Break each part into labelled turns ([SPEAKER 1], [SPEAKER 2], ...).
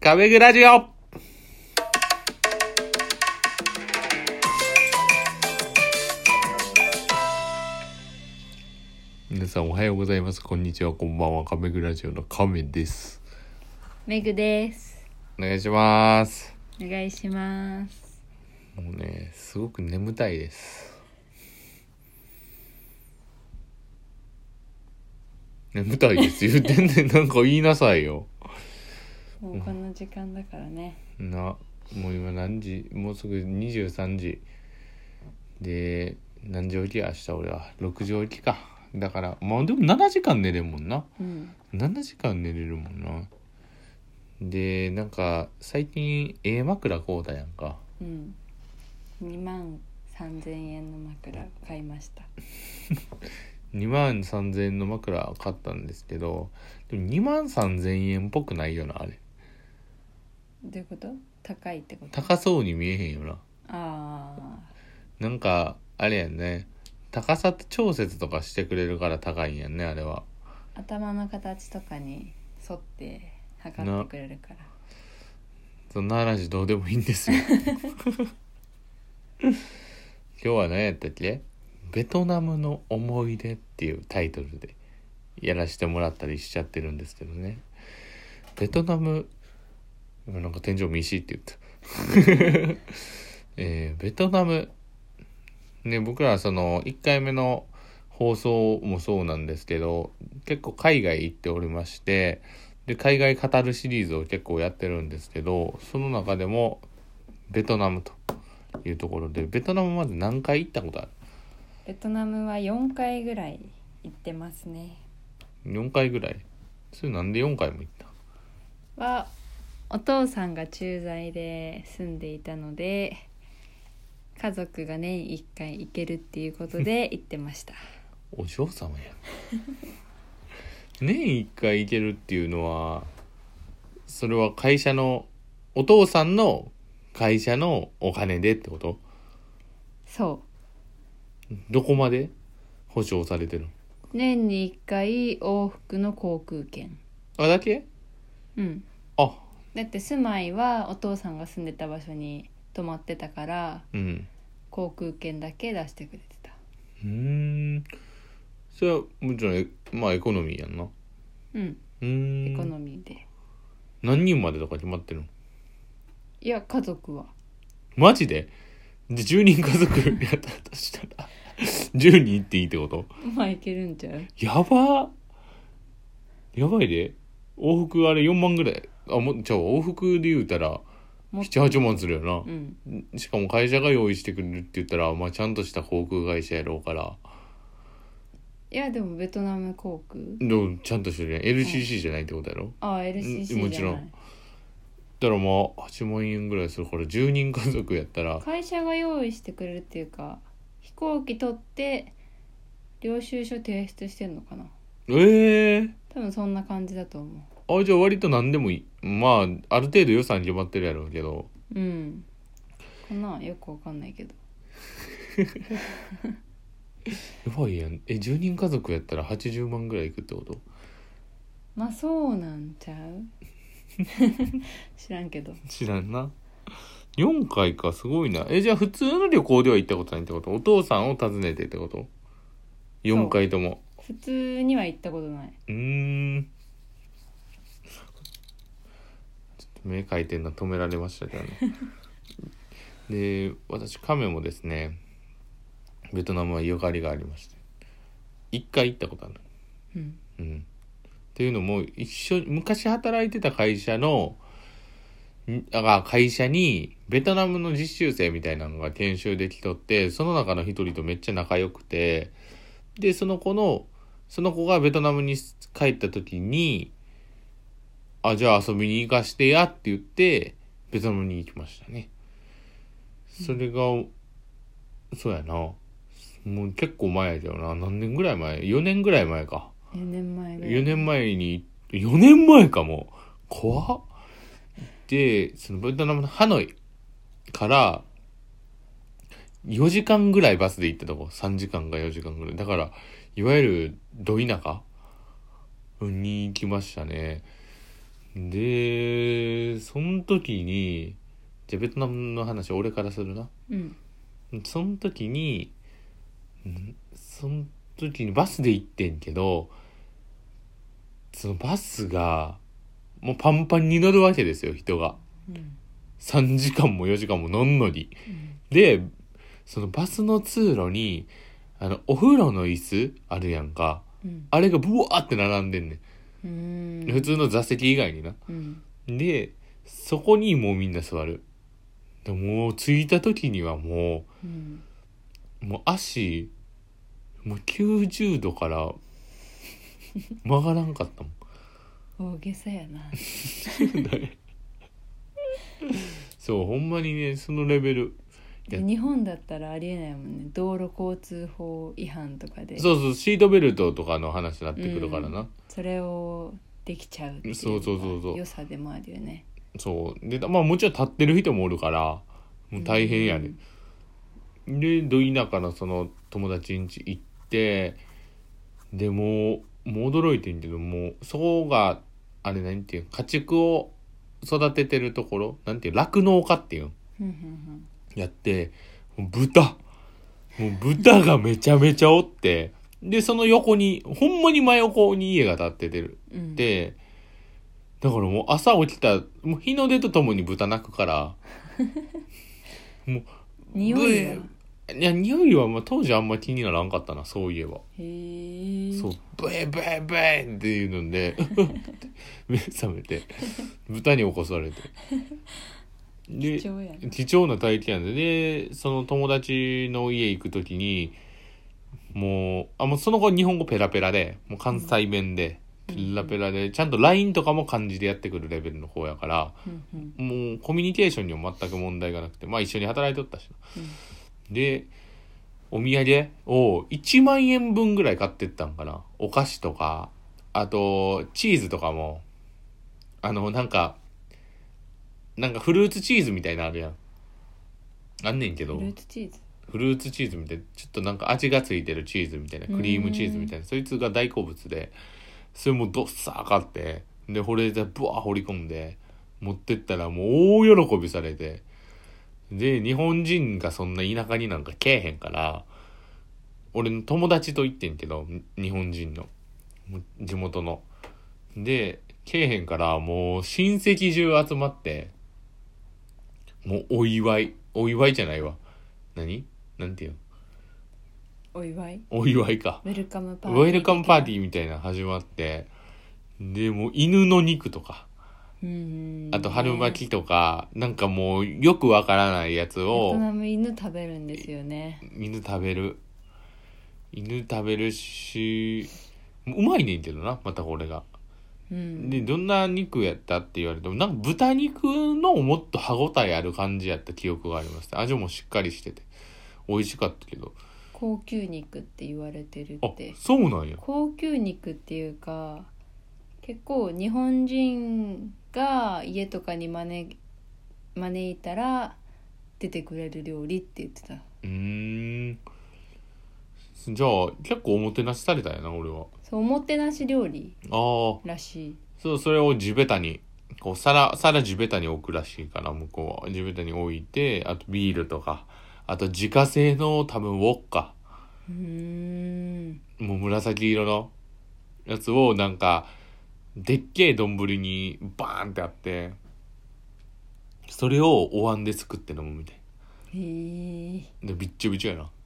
[SPEAKER 1] 壁グラジオ皆さんおはようございますこんにちはこんばんは壁グラジオの亀です
[SPEAKER 2] めぐです。
[SPEAKER 1] お願いします
[SPEAKER 2] お願いします。
[SPEAKER 1] もうねすごく眠たいです眠たいです言ってんねんなんか言いなさいよ
[SPEAKER 2] もうこの時間だからね。
[SPEAKER 1] なもう今何時もうすぐ23時で何時起きや明日俺は6時起きかだからまあでも7時間寝れるもんな
[SPEAKER 2] うん。
[SPEAKER 1] 7時間寝れるもんなでなんか最近ええ枕こうだやんか
[SPEAKER 2] うん。二万三千円の枕買いました。
[SPEAKER 1] 2万3000円の枕買ったんですけどでも2万3000円っぽくないよなあれ
[SPEAKER 2] どういうこと？高いってこと？
[SPEAKER 1] 高そうに見えへんよな
[SPEAKER 2] あ
[SPEAKER 1] なんかあれやんね高さ調節とかしてくれるから高いんやんねあれは
[SPEAKER 2] あ。頭の形とかに沿って測ってくれるから。
[SPEAKER 1] そんな話どうでもいいんですよ。今日は何やったっけベトナムの思い出っていうタイトルでやらせてもらったりしちゃってるんですけどね。ベトナム、今なんか天井見しって言った。 えーベトナム、ね、僕らはその1回目の放送もそうなんですけど、結構海外行っておりまして、で海外語るシリーズを結構やってるんですけどその中でもベトナムというところでベトナムまで何回行ったことある
[SPEAKER 2] ベトナムは四回ぐらい行ってますね。
[SPEAKER 1] 4回ぐらいそれなんで4回も行った
[SPEAKER 2] はお父さんが駐在で住んでいたので。家族が年一回行けるっていうことで行ってました。
[SPEAKER 1] お嬢様や 年1回行けるっていうのはそれは会社のお父さんの会社のお金でってこと
[SPEAKER 2] そう。
[SPEAKER 1] どこまで保証されてるの
[SPEAKER 2] 年に1回往復の航空券
[SPEAKER 1] あだけ
[SPEAKER 2] うん
[SPEAKER 1] あ
[SPEAKER 2] だって住まいはお父さんが住んでた場所に泊まってたから
[SPEAKER 1] うん
[SPEAKER 2] 航空券だけ出してくれてた
[SPEAKER 1] うーんそれはもちろんえまあエコノミーやんなう
[SPEAKER 2] うん
[SPEAKER 1] ー
[SPEAKER 2] エコ
[SPEAKER 1] ん
[SPEAKER 2] ノミーで
[SPEAKER 1] 何人までとか決まってるの
[SPEAKER 2] いや家族は
[SPEAKER 1] マジでで10人家族 やったとしたら10人行っていいってこと
[SPEAKER 2] まあいけるんちゃう
[SPEAKER 1] やばやばいで往復あれ4万ぐらいあもうじゃあ往復で言うたら
[SPEAKER 2] もっと
[SPEAKER 1] 78万するよ
[SPEAKER 2] う
[SPEAKER 1] な、
[SPEAKER 2] ん
[SPEAKER 1] しかも会社が用意してくれるって言ったら、まあ、ちゃんとした航空会社やろうから
[SPEAKER 2] いやでもベトナム航空
[SPEAKER 1] でもちゃんとしてるやん LCC じゃないってことやろ、
[SPEAKER 2] ああ LCC じゃない
[SPEAKER 1] もちろんだからまあ8万円ぐらいするから10人家族やったら
[SPEAKER 2] 会社が用意してくれるっていうか飛行機取って領収書提出してんのかな
[SPEAKER 1] ええ
[SPEAKER 2] 多分そんな感じだと思
[SPEAKER 1] あじゃあ割と何でもいいまあある程度予算決まってるやろうけど
[SPEAKER 2] ううんかなよくわかんないけど
[SPEAKER 1] やばいやんえ10人家族やったら80万ぐらいいくってこと
[SPEAKER 2] まあそうなんちゃう 知らんけど
[SPEAKER 1] 知らんな4回かすごいなえじゃあ普通の旅行では行ったことないってことお父さんを訪ねてってこと4回とも
[SPEAKER 2] 普通には行ったことないう
[SPEAKER 1] ーんちょっと目回転が止められましたけどねで私亀もですねベトナムはゆかりがありまして一回行ったことあるう
[SPEAKER 2] うん
[SPEAKER 1] んっていうのも一緒に昔働いてた会社のんあ会社にベトナムの実習生みたいなのが研修できとってその中の一人とめっちゃ仲良くてでその子のその子がベトナムに帰った時にあじゃあ遊びに行かしてやって言ってベトナムに行きましたねそれが、そうやなもう結構前やけどな何年ぐらい前4年ぐらい前か
[SPEAKER 2] 4年前ぐらい
[SPEAKER 1] 4年前に4年前かも怖っでそのベトナムのハノイから4時間ぐらいバスで行ったとこ3時間か4時間ぐらいだからいわゆるど田舎に行きましたねでそその時にじゃあベトナムの話俺からするな
[SPEAKER 2] うん
[SPEAKER 1] その時にんその時にバスで行ってんけどそのバスがもうパンパンに乗るわけですよ人が
[SPEAKER 2] うん
[SPEAKER 1] 3時間も4時間も乗んのに
[SPEAKER 2] うん
[SPEAKER 1] でそのバスの通路にあのお風呂の椅子あるやんか
[SPEAKER 2] うん
[SPEAKER 1] あれがブワーって並んでんね
[SPEAKER 2] うーん
[SPEAKER 1] ん普通の座席以外にな
[SPEAKER 2] うん
[SPEAKER 1] でそこにもうみんな座るでもう着いた時にはもう
[SPEAKER 2] うん
[SPEAKER 1] もう足もう90度から 曲がらんかったもん
[SPEAKER 2] 大げさ やな
[SPEAKER 1] そうほんまにねそのレベル
[SPEAKER 2] で日本だったらありえないもんね道路交通法違反とかで
[SPEAKER 1] そうそうシートベルトとかの話になってくるからな、
[SPEAKER 2] うんそれをできちゃうっていう
[SPEAKER 1] そうそうそうそう
[SPEAKER 2] 良さでもあるよね
[SPEAKER 1] そうでまあもちろん立ってる人もおるからもう大変やね、でど田舎のその友達ん家行ってでもうもう驚いてんけどもうそこがあれ何ていうの家畜を育ててるところなんていう酪農家っていうん
[SPEAKER 2] うんうん
[SPEAKER 1] やってもう豚もう豚がめちゃめちゃおってでその横にほんまに真横に家が建っててる
[SPEAKER 2] うんうん
[SPEAKER 1] でだからもう朝起きたもう日の出とともに豚鳴くから
[SPEAKER 2] 匂いが
[SPEAKER 1] ブいや匂いはまあ当時あんま気にならんかったなそういえば、
[SPEAKER 2] へえ
[SPEAKER 1] そうブエブエブエっていうので 目覚めて豚に起こされてで
[SPEAKER 2] 貴重やな
[SPEAKER 1] 貴重な体験やんででその友達の家行く時にもうあもうその子日本語ペラペラでもう関西弁で、
[SPEAKER 2] うん
[SPEAKER 1] ペラペラでちゃんと LINE とかも漢字でやってくるレベルの方やから
[SPEAKER 2] うんうん
[SPEAKER 1] もうコミュニケーションにも全く問題がなくてまあ一緒に働いとったしな
[SPEAKER 2] うん
[SPEAKER 1] でお土産を1万円分ぐらい買ってったんかなお菓子とかあとチーズとかもあのなんかなんかフルーツチーズみたいなのあるやんあんねんけど
[SPEAKER 2] フルーツチーズ
[SPEAKER 1] フルーツチーズみたいなちょっとなんか味がついてるチーズみたいなクリームチーズみたいなそいつが大好物でそれもどっさー買ってで保冷剤ブワー掘り込んで持ってったらもう大喜びされてで日本人がそんな田舎になんか来えへんから俺の友達と行ってんけど日本人のもう地元ので来えへんからもう親戚中集まってもうお祝いお祝いじゃないわ何なんていうの
[SPEAKER 2] お祝い
[SPEAKER 1] お祝いか
[SPEAKER 2] ウェルカム
[SPEAKER 1] ウ
[SPEAKER 2] パーティー
[SPEAKER 1] ェルカムパーティーみたいなの始まってでもう犬の肉とか
[SPEAKER 2] うん
[SPEAKER 1] あと春巻きとかなんかもうよくわからないやつ
[SPEAKER 2] ベト
[SPEAKER 1] を
[SPEAKER 2] ナム犬食べるんですよね
[SPEAKER 1] 犬食べる犬食べるしうまいねんけどなまたこれが
[SPEAKER 2] うん
[SPEAKER 1] でどんな肉やったって言われてもなんか豚肉のもっと歯ごたえある感じやった記憶がありました味もしっかりしてて美味しかったけど
[SPEAKER 2] 高級肉って言われてる
[SPEAKER 1] あ
[SPEAKER 2] って
[SPEAKER 1] そうなんや
[SPEAKER 2] 高級肉っていうか結構日本人が家とかに招招いたら出てくれる料理って言ってた
[SPEAKER 1] うーんじゃあ結構おもてなしされたんやな俺は
[SPEAKER 2] そうおもてなし料理
[SPEAKER 1] ああ
[SPEAKER 2] らしい
[SPEAKER 1] そうそれを地べたにこう皿皿地べたに置くらしいから向こうは地べたに置いてあとビールとかあと自家製の多分ウォッカ
[SPEAKER 2] うーん
[SPEAKER 1] もう紫色のやつをなんかでっけえ丼にバーンってあってそれをお椀ですくって飲むみたい
[SPEAKER 2] へえ
[SPEAKER 1] でびっちょびちょやな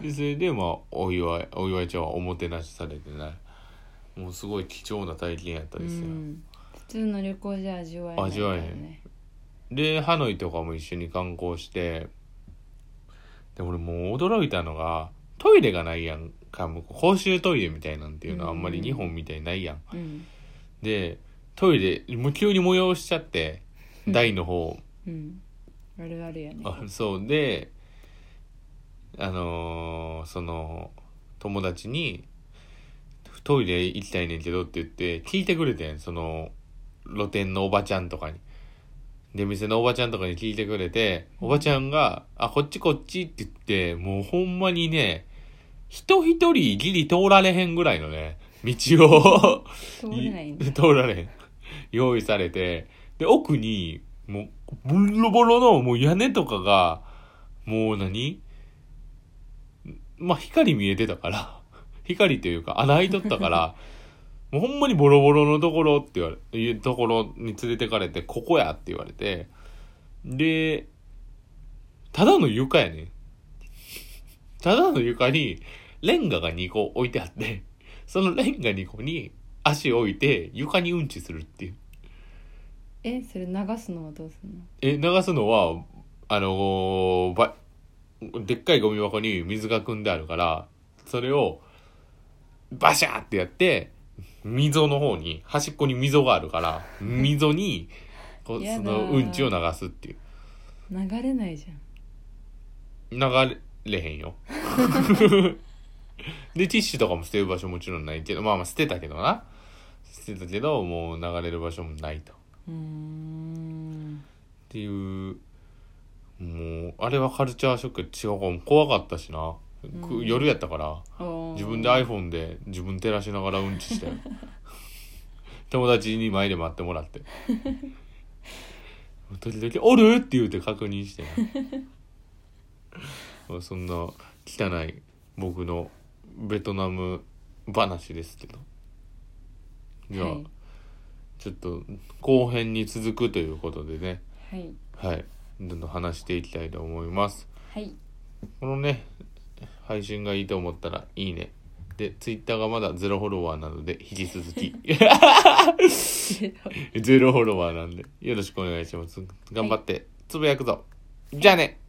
[SPEAKER 1] でそれでまあお祝いお祝いちゃんはおもてなしされてねもうすごい貴重な体験やった
[SPEAKER 2] う
[SPEAKER 1] ですよ、
[SPEAKER 2] ん普通の旅行じゃ味わえないから
[SPEAKER 1] 味わえへでハノイとかも一緒に観光してで俺もう驚いたのがトイレがないやんか向こう公衆トイレみたいなんていうのはあんまり日本みたいにないやん、
[SPEAKER 2] うん
[SPEAKER 1] でトイレもう急に催しちゃって台の方
[SPEAKER 2] うんあるあるやね
[SPEAKER 1] あそうであのーその友達に「トイレ行きたいねんけど」って言って聞いてくれてんその露店のおばちゃんとかに。で店のおばちゃんとかに聞いてくれておばちゃんが「あこっちこっち」って言ってもうほんまにね人一人ギリ通られへんぐらいのね道を
[SPEAKER 2] 通れないん だ
[SPEAKER 1] 通られへん用意されて、で、奥に、もう、ボロボロの、もう屋根とかが、もう何まあ、光見えてたから、 光というか、穴開いとった から、もうほんまにボロボロのところって言われ、いうところに連れてかれて、ここやって言われて、で、ただの床やねん。ただの床に、レンガが2個置いてあって、そのレンガ2個に足置いて床にうんちするっていう。
[SPEAKER 2] えそれ流すのはどうするの
[SPEAKER 1] え、流すのは、あのーば、でっかいゴミ箱に水が汲んであるから、それを、バシャーってやって、溝の方に、端っこに溝があるから、溝に、こう
[SPEAKER 2] や
[SPEAKER 1] そ
[SPEAKER 2] だ
[SPEAKER 1] のうんちを流すっていう。
[SPEAKER 2] 流れないじゃん
[SPEAKER 1] 流れへんよ。 で、ティッシュとかも捨てる場所もちろんないけど、まあまあ捨てたけどな。捨てたけど、もう流れる場所もないと。
[SPEAKER 2] うーん
[SPEAKER 1] っていうもうあれはカルチャーショック違うかも怖かったしな、く
[SPEAKER 2] うん
[SPEAKER 1] 夜やったから
[SPEAKER 2] おー
[SPEAKER 1] 自分で iPhone で自分照らしながらうんち して友達に前で待ってもらって時々「おる?」って言うて確認 してなそんな汚い僕のベトナム話ですけどじゃあ、
[SPEAKER 2] はい
[SPEAKER 1] ちょっと後編に続くということでね
[SPEAKER 2] はい
[SPEAKER 1] はい、どんどん話していきたいと思います。
[SPEAKER 2] はい
[SPEAKER 1] このね、配信がいいと思ったらいいね。で、ツイッターがまだゼロフォロワーなので、引き続き。ゼロフォロワーなんで、よろしくお願いします。頑張って、つぶやくぞ。じゃあね